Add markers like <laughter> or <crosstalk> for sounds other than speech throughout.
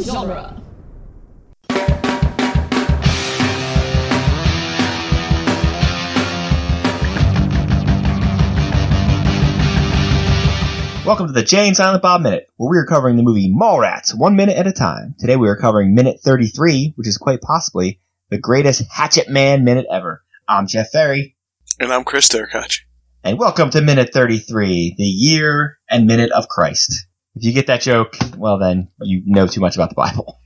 genre. Welcome to the Jane Silent Bob Minute, where we are covering the movie Mallrats one minute at a time. Today we are covering minute 33, which is quite possibly the greatest Hatchet Man minute ever. I'm Jeff Ferry, And I'm Chris Derkach. and welcome to minute 33, the year and minute of Christ. If you get that joke, well then, you know too much about the Bible.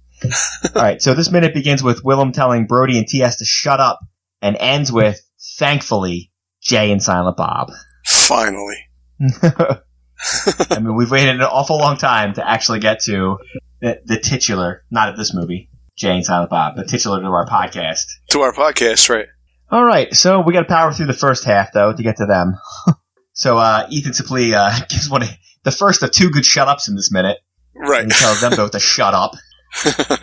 Alright, so this minute begins with Willem telling Brody and TS to shut up, and ends with, thankfully, Jay and Silent Bob. Finally. I mean, we've waited an awful long time to actually get to the, the titular, not of this movie, Jane Silent Bob, the titular to our podcast. To our podcast, right? All right, so we got to power through the first half, though, to get to them. <laughs> so uh, Ethan Suplee uh, <laughs> gives one of, the first of two good shut ups in this minute, and Right. he tells them both to shut up. <laughs>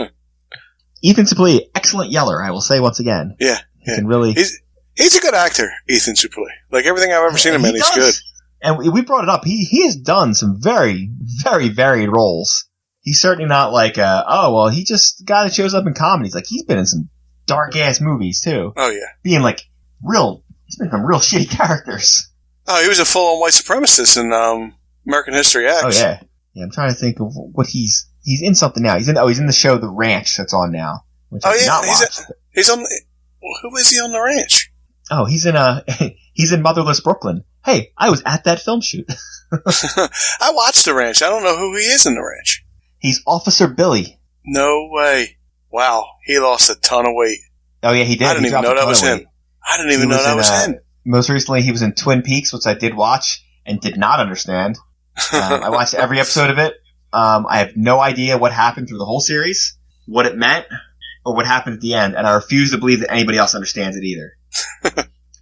Ethan Suplee, excellent yeller, I will say once again. Yeah, He yeah. can really. He's- He's a good actor, Ethan Suplee. Like everything I've ever seen him in, He he's good. does. And we- we brought it up. He he has done some very very varied roles. He's certainly not like uh oh well he just guy that shows up in comedies. Like he's been in some dark ass movies too, Oh yeah. being like real. He's been some real <laughs> shitty characters. Oh, he was a full-on white supremacist in um, American History X. Oh yeah, yeah. I'm trying to think of what he's he's in something now. He's in oh he's in the show The Ranch that's on now, which Oh, I've yeah, not he's a- watched. He's on. Who is he on the ranch? oh he's in uh <laughs> he's in Motherless Brooklyn. Hey, I was at that film shoot. <laughs> I watched the ranch. I don't know who he is in the ranch. He's Officer Billy. No way. Wow, he lost a ton of weight. Oh yeah, he did. I He didn't even dropped know a that ton was of weight. him. I didn't even He know was that in, was uh, him. most recently he was in Twin Peaks, which I did watch and did not understand. Um, I watched <laughs> every episode of it. Um, I have no idea what happened through the whole series, what it meant, or what happened at the end, and I refuse to believe that anybody else understands it <laughs> either.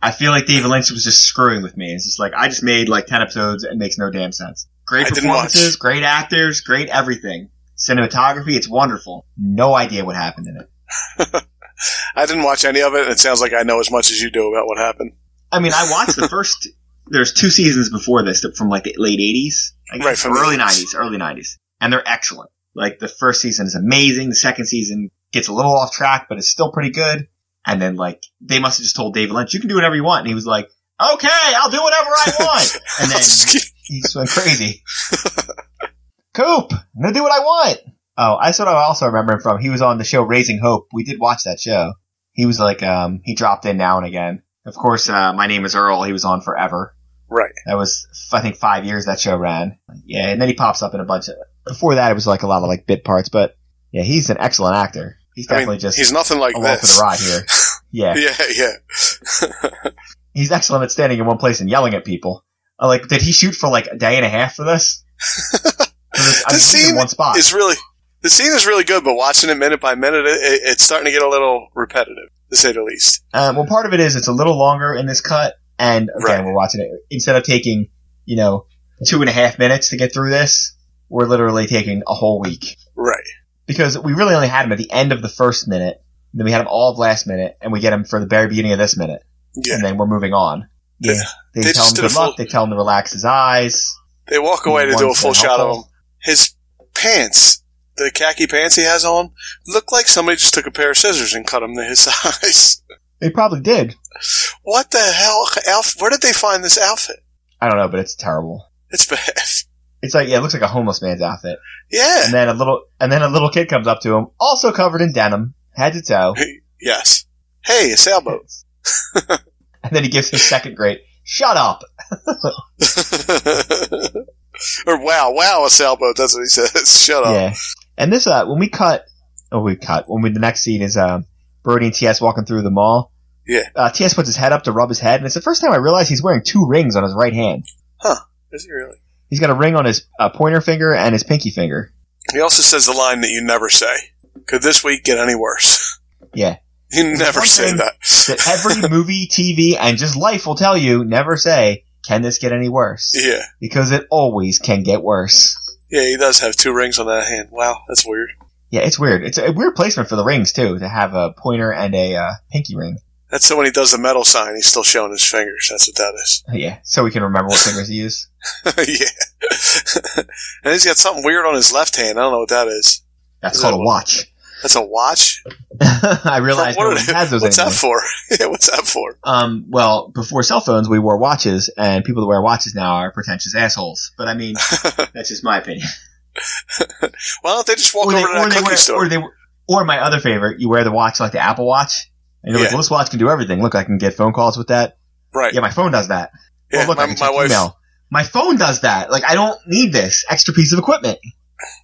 I feel like David Lynch was just screwing with me. It's just like I just made like ten episodes and it makes no damn sense. Great I didn't watch. performances, great actors, great everything. Cinematography, it's wonderful. No idea what happened in it. I didn't watch any of it, and it sounds like I know as much as you do about what happened. <laughs> I mean, I watched the first. There's two seasons before this that- from like the late '80s, I guess, Right, from the early 80s. '90s, early '90s, and they're excellent. Like the first season is amazing. The second season gets a little off track, but it's still pretty good. And then like they must have just told Dave Lynch, "You can do whatever you want," and he was like, "Okay, I'll do whatever I <laughs> want." And then he just went crazy. Coop, I'm gonna do what I want. Oh, I sort of also remember him from. He was on the show Raising Hope. We did watch that show. He was like, um, he dropped in now and again. Of course, uh, my name is Earl. He was on forever. right. That was, f- I think, five years that show ran. Yeah, and then he pops up in a bunch of. Before that, it was like a lot of like bit parts, but yeah, he's an excellent actor. He's I definitely mean, just he's nothing like a walk this. for the ride here. Yeah, <laughs> Yeah, yeah. he's excellent at standing in one place and yelling at people. Uh, Like, did he shoot for like a day and a half for <laughs> this? For this- I The mean, he's in scene one spot. It's really the scene is really good, but watching it minute by minute, it, it, it's starting to get a little repetitive, to say the least. Um, well, part of it is it's a little longer in this cut, and again, Right. we're watching it instead of taking you know two and a half minutes to get through this. We're literally taking a whole week Right. because we really only had him at the end of the first minute, then we had him all of last minute, and we get him for the very beginning of this minute, Yeah. and then we're moving on. They- they, they tell just him did a good luck. full- They tell him to relax his eyes. They walk away to do a One's full been shot of him. helpful. His pants, the khaki pants he has on, look like somebody just took a pair of scissors and cut him to his <laughs> size. They probably did. what the hell, Alf? Where did they find this outfit? I don't know, but it's terrible. It's bad. <laughs> It's like yeah, it looks like a homeless man's outfit. Yeah. And then a little, and then a little kid comes up to him, also covered in denim, head to toe. Yes. Hey, a <laughs> sailboat. and then he gives his second grade. Shut up. or wow, wow, a sailboat. That's what he says. <laughs> Shut up. Yeah. And this, uh, when we cut, oh, we cut. When we the next scene is um, Brody and TS walking through the mall. Yeah. Uh, TS puts his head up to rub his head, and it's the first time I realize he's wearing two rings on his right hand. Is he really? He's got a ring on his uh, pointer finger and his pinky finger. He also says the line that you never say. Could this week get any worse? Yeah. <laughs> You never one say thing- that. That every movie, TV, and just life will tell you never say, "Can this get any worse?" Yeah. Because it always can get worse. Yeah, he does have two rings on that hand. Wow, that's weird. Yeah, it's weird. It's a weird placement for the rings too, to have a pointer and a uh, pinky ring. That's so when he does the metal sign, he's still showing his fingers. That's what that is. <laughs> Yeah, so we can remember what fingers to use. <laughs> yeah. and he's got something weird on his left hand. I don't know what that is. That's called a watch. That's a watch. <laughs> I realized no From what- one has those What's anymore. that for? <laughs> yeah, what's that for? Um, well, before cell phones, we wore watches, and people that wear watches now are pretentious assholes. But I <laughs> mean, that's just my opinion. Why don't they just walk or they, over or to that they cookie wear, store? or they, or my other favorite, you wear the watch like the Apple Watch, and you're like, Yeah. well, this watch can do everything. Look, I can get phone calls with that. right. Yeah, my phone does that. Yeah, oh, look, I my, can my check wife. email. My phone does that. Like, I don't need this extra piece of equipment.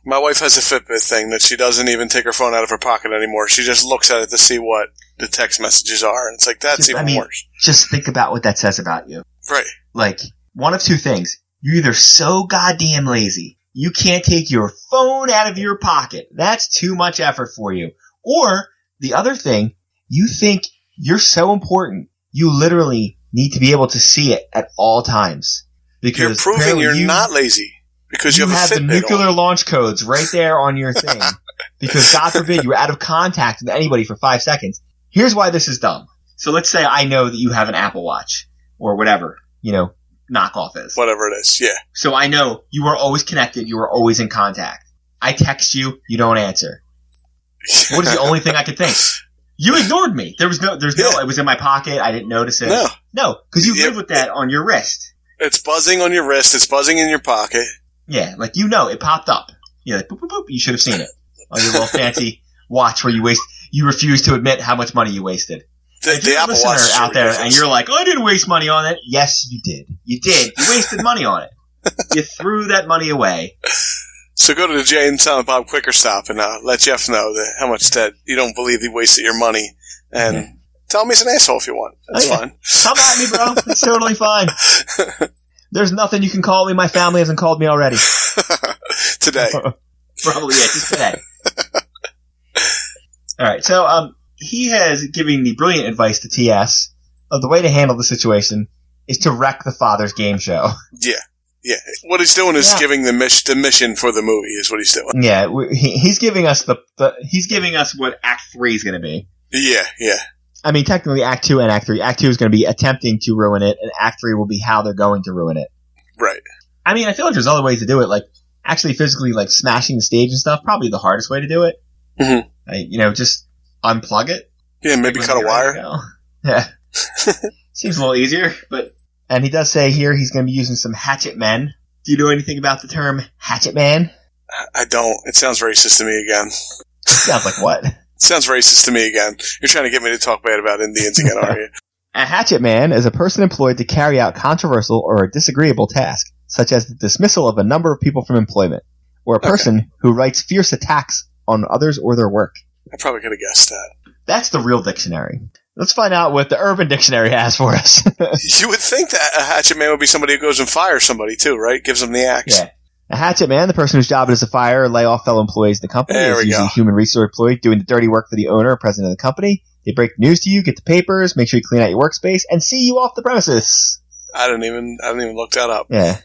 My wife has a Fitbit thing that she doesn't even take her phone out of her pocket anymore. She just looks at it to see what the text messages are, and it's like that's Just- even I mean- worse. Just think about what that says about you. Right. Like, one of two things. You're either so goddamn lazy, you can't take your phone out of your pocket. That's too much effort for you. Or the other thing, you think you're so important, you literally need to be able to see it at all times. Because You're proving apparently you're you- not lazy because you, you have, have the a Fitbit. nuclear on. launch codes right there on your <laughs> thing. because God forbid you were out of contact with anybody for five seconds. Here's why this is dumb. So let's say I know that you have an Apple Watch or whatever, you know, knockoff is. Whatever it is, yeah. So I know you are always connected, you are always in contact. I text you, you don't answer. What is <laughs> the only thing I could think? You ignored me. There was no, there's no, Yeah. it was in my pocket. I didn't notice it. no, No, because you Yeah. live with that on your wrist. it's buzzing on your wrist. It's buzzing in your pocket. Yeah, like you know, it popped up. You're like, boop, boop, boop. You should have seen it on your little fancy watch where you waste. You refuse to admit how much money you wasted. The, If the you're a Apple listener Watch is out there, and ridiculous. you're like, oh, I didn't waste money on it. Yes, you did. You did. You wasted money on it. <laughs> You threw that money away. So go to the Jay and Silent Bob Quicker Stop and uh, let Jeff know that how much that you don't believe he wasted your money. And Yeah. tell him he's an asshole if you want. That's Oh, yeah. fine. Come at me, bro. It's totally <laughs> fine. There's nothing you can call me. My family hasn't called me already. <laughs> Today. <laughs> Probably yeah, just today. <laughs> All right, so um, he has given the brilliant advice to TS of the way to handle the situation is to wreck the father's game show. <laughs> Yeah. Yeah. What he's doing is Yeah. giving the, mis- the mission for the movie is what he's doing. yeah, we, he, he's giving us the, the he's giving us what Act Three is going to be. Yeah. Yeah. I mean, technically, Act Two and Act Three. Act Two is going to be attempting to ruin it, and Act Three will be how they're going to ruin it. Right. I mean, I feel like there's other ways to do it, like actually physically, like smashing the stage and stuff. Probably the hardest way to do it. Mhm. Like, you know, just unplug it. Yeah. Maybe cut a <laughs> wire. <laughs> Yeah. Seems a little easier, but. And he does say here he's going to be using some hatchet men. Do you know anything about the term hatchet man? I don't. It sounds racist to me again. Sounds like <laughs> what? It sounds racist to me again. You're trying to get me to talk bad about Indians again, are <laughs> you? A hatchet man is a person employed to carry out controversial or a disagreeable task, such as the dismissal of a number of people from employment, or a Okay. person who writes fierce attacks on others or their work. I probably could have guessed that. That's the real dictionary. Let's find out what the Urban Dictionary has for us. <laughs> You would think that a hatchet man would be somebody who goes and fires somebody too, right? Gives them the axe. Yeah. A hatchet man, the person whose job it is to fire or lay off fellow employees in the company, There is we usually go. a human resource employee doing the dirty work for the owner or president of the company. They break the news to you, get the papers, make sure you clean out your workspace, and see you off the premises. I didn't even I didn't even look that up. <laughs> Yeah.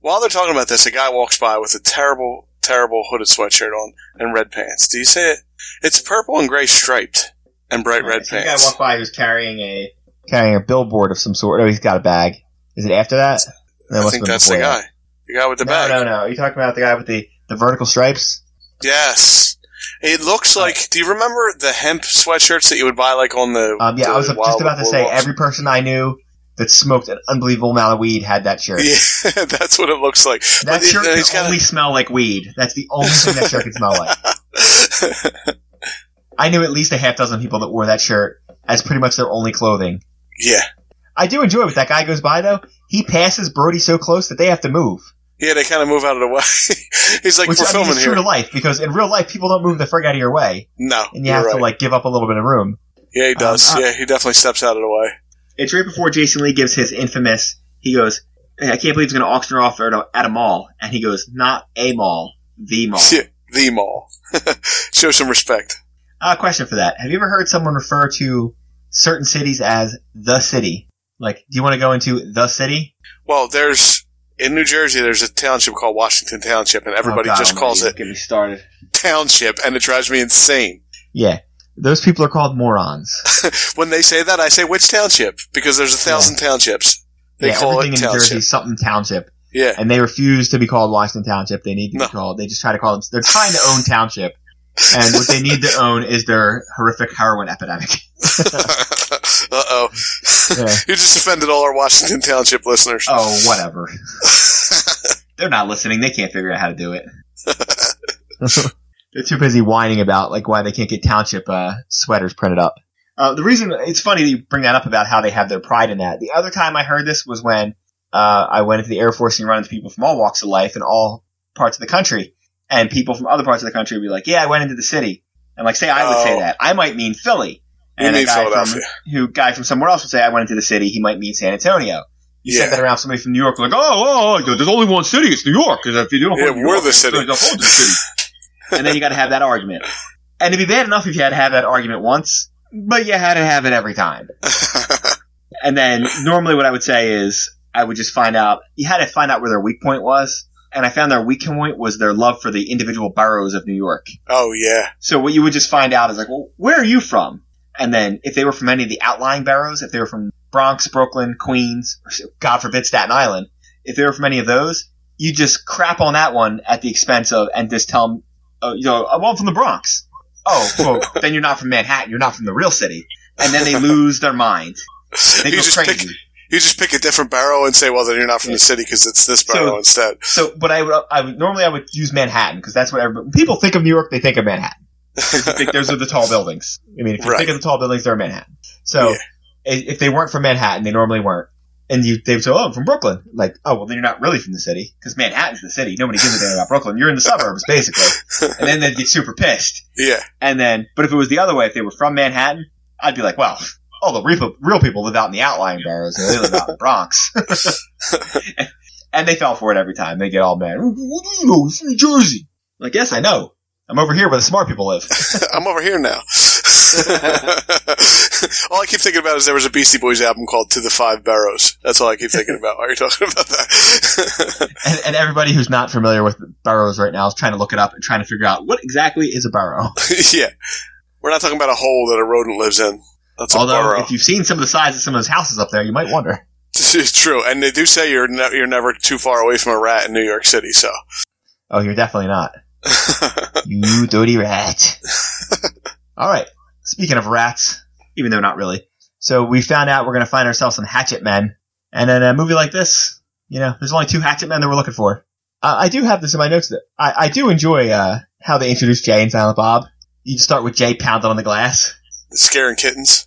While they're talking about this, a guy walks by with a terrible, terrible hooded sweatshirt on and red pants. Do you see it? It's purple and gray striped and bright red pants. by who's carrying a carrying a billboard of some sort. Oh, he's got a bag. Is it after that? That I must have think been that's the before that. guy. The guy with the no, bag. no, no. Are you talking about the guy with the, the vertical stripes? Yes. It looks Uh, like. Do you remember the hemp sweatshirts that you would buy, like on the? Um, yeah, the I was wild just about to say boardwalks? every person I knew that smoked an unbelievable amount of weed had that shirt. Yeah, <laughs> that's what it looks like. That But it- shirt then can he's got a- only smell like weed. That's the only thing that shirt can smell <laughs> like. I knew at least a half dozen people that wore that shirt as pretty much their only clothing. yeah, I do enjoy what that guy goes by though. He passes Brody so close that they have to move, yeah. They kind of move out of the way. <laughs> he's like, which uh, we're I mean, filming is true here. to life because in real life people don't move the frig out of your way, No, and you you're have right. to like give up a little bit of room. yeah, he does. um, yeah, he definitely steps out of the way. It's right before Jason Lee gives his infamous. He goes, "I can't believe he's going to auction her off at a, at a mall," and he goes, "Not a mall, the mall." <laughs> Yeah, the mall. <laughs> Show some respect. Uh, question for that. Have you ever heard someone refer to certain cities as the city? Like, do you want to go into the city? Well, there's in New Jersey. There's a township called Washington Township, and everybody Oh, God just calls almighty, it Get me started. township, and it drives me insane. Yeah. Those people are called morons. When they say that, I say which township because there's a thousand townships. <laughs> They yeah, call it everything in New Jersey township. is something township. Yeah. <laughs> and they refuse to be called Washington Township. They need to No. be called. They just try to call them. They're trying to own Township, and what they <laughs> need to own is their horrific heroin epidemic. uh oh. Yeah. you just offended all our Washington Township listeners. Oh, whatever. <laughs> They're not listening. They can't figure out how to do it. They're too busy whining about like why they can't get township uh, sweaters printed up. Uh, the reason it's funny that you bring that up about how they have their pride in that. The other time I heard this was when uh, I went into the Air Force and run into people from all walks of life and all parts of the country, and people from other parts of the country would be like, "Yeah, I went into the city," and like say I would say Oh. that. I might mean Philly, You and a mean guy Philadelphia. from who guy from somewhere else would say I went into the city. He might mean San Antonio. You said yeah. that around somebody from New York, like, oh, oh, oh, there's only one city, it's New York. Because if you don't, Yeah, hold New we're York, the it's- city. you don't hold the city. and then you got to have that argument. And it'd be bad enough if you had to have that argument once, but you had to have it every <laughs> time. And then normally, what I would say is, I would just find out. You had to find out where their weak point was, and I found their weak point was their love for the individual boroughs of New York. oh yeah. So what you would just find out is like, well, where are you from? And then if they were from any of the outlying boroughs, if they were from Bronx, Brooklyn, Queens, or God forbid Staten Island, if they were from any of those, you just crap on that one at the expense of, and just tell them, oh, you know, I'm all from the Bronx. <laughs> Oh, well, then you're not from Manhattan. You're not from the real city. And <laughs> then they lose their mind. They you go just crazy. pick you just pick a different barrel and say, well, then you're not from the city because it's this So- barrel instead. <laughs> <laughs> So, but I would, I would normally I would use Manhattan because that's what everybody, when people think of New York. They think of Manhattan. 'Cause you think those are the <laughs> tall buildings. I mean, if you Right. think of the tall buildings, they're Manhattan. So, Yeah. i if they weren't from Manhattan, they normally weren't. And you, they would say, "Oh, I'm from Brooklyn." Like, oh, well, then you're not really from the city because Manhattan's the city. Nobody gives a damn about Brooklyn. You're in the suburbs, basically. And then they'd get super pissed. Yeah. And then, but if it was the other way, if they were from Manhattan, I'd be like, well, all the real, real people live out in the outlying boroughs. and They live out in the Bronx. <laughs> and they fell for it every time. They get all mad. What do you know? It's New Jersey. Like, yes, I know. I'm over here where the smart people live. I'm over here now. <laughs> all I keep thinking about is there was a Beastie Boys album called To the Five Barrows. That's all I keep thinking about while you're talking about that. <laughs> And, and everybody who's not familiar with boroughs right now is trying to look it up and trying to figure out what exactly is a <laughs> borough. yeah. We're not talking about a hole that a rodent lives in. That's a Although, burrow. if you've seen some of the size of some of those houses up there, you might wonder. This <laughs> is true. And they do say you're, ne- you're never too far away from a rat in New York City, so. <laughs> Oh, you're definitely not. You <laughs> dirty rat. All right. Speaking of rats, even though not really. So we found out we're going to find ourselves some hatchet men. And in a movie like this, you know, there's only two hatchet men that we're looking for. Uh, I do have this in my notes. That I, I do enjoy uh, how they introduce Jay and Silent Bob. You start with Jay pounding on the glass. Scaring kittens.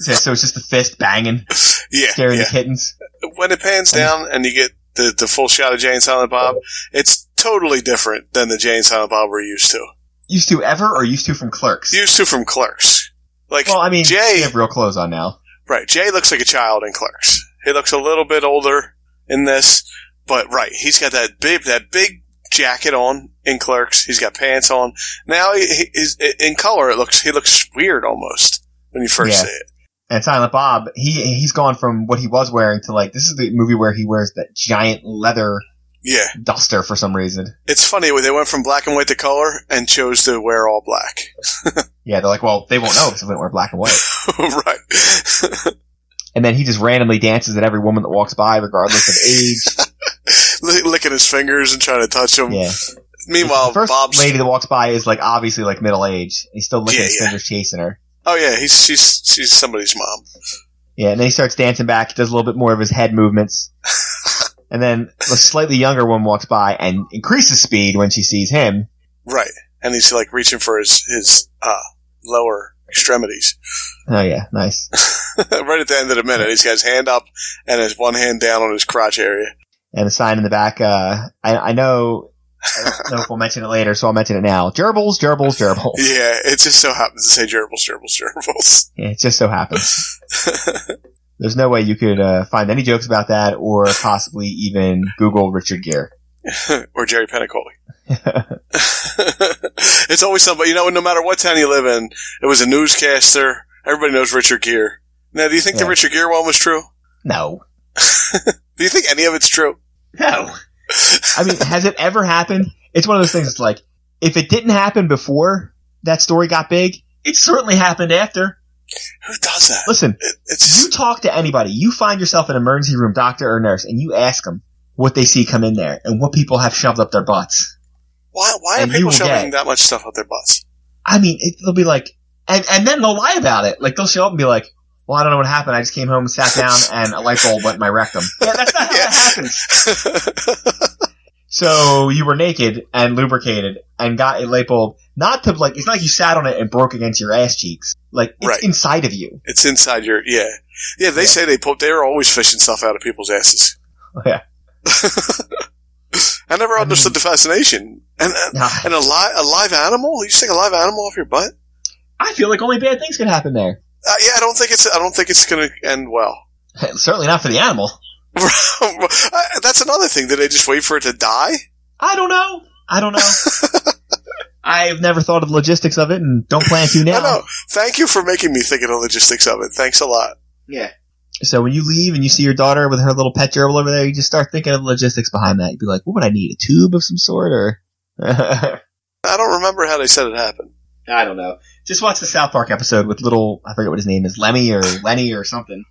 So, so it's just the fist banging, Yeah. scaring yeah. the kittens. when it pans down and you get the, the full shot of Jay and Silent Bob, it's totally different than the Jay and Silent Bob we're used to. Used to ever or used to from clerks? Used to from Clerks. Like, well, I mean, Jay- they have real clothes on now. right, Jay looks like a child in Clerks. He looks a little bit older in this, but right, he's got that big, that big jacket on in Clerks. He's got pants on. Now he, he is in color. It looks, he looks weird almost when you first Yeah. see it. And Silent Bob, he he's gone from what he was wearing to like this is the movie where he wears that giant leather Yeah. duster for some reason. It's funny, they went from black and white to color and chose to wear all black. <laughs> Yeah, they're like, well, they won't know because they don't wear black and white. right. And then he just randomly dances at every woman that walks by, regardless <laughs> of Lick- licking his fingers and trying to touch him. age. Yeah. Meanwhile, the first Bob's lady that walks by is like obviously like middle age. He's still licking Yeah, his yeah. fingers, chasing her. oh yeah, he's she's she's somebody's mom. Yeah, and then he starts dancing back, does a little bit more of his head movements. and then a slightly younger one walks by and increases speed when she sees him. Right, and he's like reaching for his his uh, lower extremities. Oh yeah, nice. <laughs> right at the end of the minute, he's got his hand up and his one hand down on his crotch area. And a sign in the back, uh I, I know I don't know if we'll mention it later, so I'll mention it now. Gerbils, gerbils, gerbils. <laughs> Yeah, it just so happens to say gerbils, gerbils, gerbils. Yeah, it just so happens. There's no way you could uh, find any jokes about that or possibly even Google Richard Gere. <laughs> or Jerry Pentacoli. <laughs> it's always somebody, you know, no matter what town you live in, it was a newscaster. Everybody knows Richard Gere. Now, do you think Yeah. the Richard Gere one was true? No. Do you think any of it's true? No. I mean, has it ever happened? It's one of those things that's like, if it didn't happen before that story got big, it certainly happened after. Who does that? Listen, It, it's you just, talk to anybody, you find yourself an emergency room doctor or nurse, and you ask them, what they see come in there and what people have shoved up their butts. Why, why are And you people will shoving get- that much stuff up their butts? <laughs> I mean, it, they'll be like, and, and then they'll lie about it. Like, they'll show up and be like, well, I don't know what happened. I just came home, sat down, and a light bulb went in my rectum. <laughs> Yeah, that's not how Yeah. that happens. So you were naked and lubricated and got a light bulb. Not to, like, it's not like you sat on it and broke against your ass cheeks. Like, it's Right. inside of you. <laughs> it's inside your yeah, yeah. Yeah. They Oh, say they pull. They're always fishing stuff out of people's asses. Yeah. <laughs> I never I understood the fascination. And and a live a live animal. You stick a live animal off your butt? I feel like only bad things could happen there. <laughs> Uh, yeah, I don't think it's I don't think it's going to end well. <laughs> Certainly not for the animal. I- That's another thing. Did they just wait for it to die? I don't know. I don't know. <laughs> I've never thought of the logistics of it and don't plan to <laughs> I now. know. Thank you for making me think of the logistics of it. Thanks a lot. Yeah. So when you leave and you see your daughter with her little pet gerbil over there, you just start thinking of the logistics behind that. You'd be like, what would I need? A tube of some sort or? <laughs> <laughs> I I don't remember how they said it happened. don't know. Just watch the South Park episode with little, I forget what his name is, Lemmy <laughs> or Lenny or something.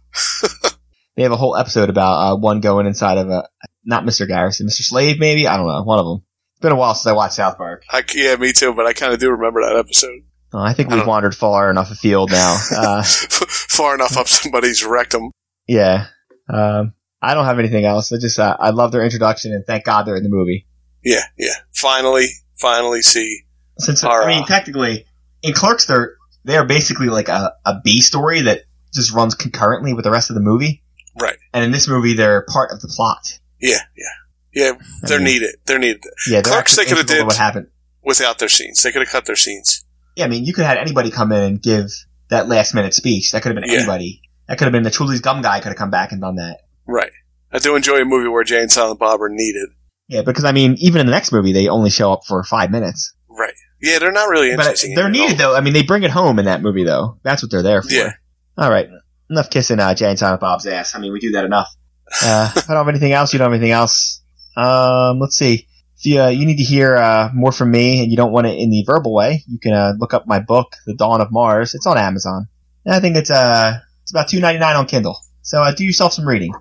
they have a whole episode about uh, one going inside of a, not Mr. Garrison, Mr. Slave maybe? I don't know, one of them. It's been a while since I watched South Park. I, yeah, me too. But I kind of do remember that episode. <laughs> Oh, I think I we've don't- wandered far enough afield <laughs> now. Uh, Far enough up somebody's rectum. yeah. Um, I don't have anything else. I just, uh, I love their introduction and thank God they're in the movie. Yeah, yeah. Finally, finally, see. Since Or, I mean, uh, technically, in Clerks, they're they are basically like a, a B story that just runs concurrently with the rest of the movie. Right. And in this movie, they're part of the plot. Yeah, yeah. I They're mean, needed. They're needed Yeah, they're Clerks, actually they coulda integral to did- what happened. without their scenes. They could have cut their scenes. Yeah, I mean, you could have had anybody come in and give that last minute speech. That could have been Yeah. anybody. That could have been the Truly's gum guy. Could have come back and done that. Right. I do enjoy a movie where Jay and Silent Bob are needed. Yeah, because I mean, even in the next movie, they only show up for five minutes. Right. Yeah, they're not really But interesting. they're at all. needed though. I mean, they bring it home in that movie though. That's what they're there for. Yeah. All right. Enough kissing uh, Jay and Silent Bob's ass. I mean, we do that enough. <laughs> Uh, I don't have anything else. You don't have anything else. Um, let's see. If you, uh, you need to hear uh, more from me and you don't want it in the verbal way, you can uh, look up my book, The Dawn of Mars. It's on Amazon. And I think it's uh, it's about two ninety nine on Kindle. So uh, do yourself some reading.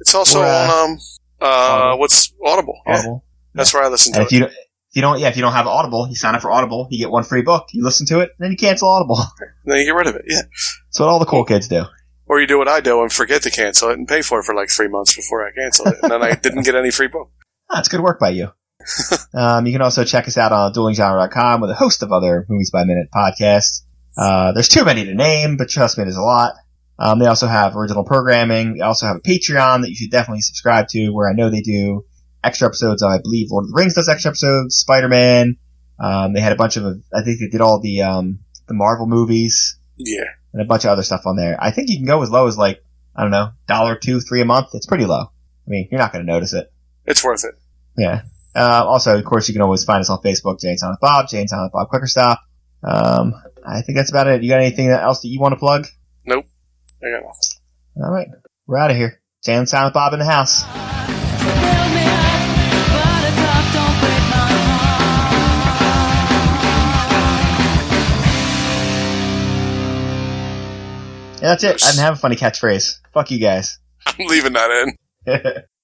It's also Or, uh, on um uh Audible. what's Audible. Yeah, Audible. that's where I listen to And if it. you don't- if you don't yeah if you don't have Audible, you sign up for Audible. You get one free book. You listen to it, and then you cancel Audible. <laughs> Then you get rid of it. Yeah. That's what all the cool kids do. Or you do what I do and forget to cancel it and pay for it for like three months before I cancel it, and <laughs> then I didn't get any free book. Ah, it's good work by you. um, you can also check us out on duelinggenre.com with a host of other Movies by Minute podcasts. Uh, there's too many to name, but trust me, there's a lot. Um, they also have original programming. They also have a Patreon that you should definitely subscribe to, where I know they do extra episodes. I believe Lord of the Rings does extra episodes, Spider-Man. Um, they had a bunch of, I think they did all the, um, the Marvel movies Yeah. and a bunch of other stuff on there. I think you can go as low as like, I don't know, dollar, two, three a month. It's pretty low. I mean, you're not going to notice it. It's worth it. Yeah. Uh, also, of course, you can always find us on Facebook, Jane's on with Bob, Jane's on with Bob Quicker Stop. Um, I think that's about it. You got anything else that you want to plug? I got <laughs> nothing. All right. We're out of here. Jane's on with Bob in the house. Build me up, buttercup, don't break my heart. And that's it. I didn't have a funny catchphrase. Fuck you guys. <laughs> I'm leaving that in.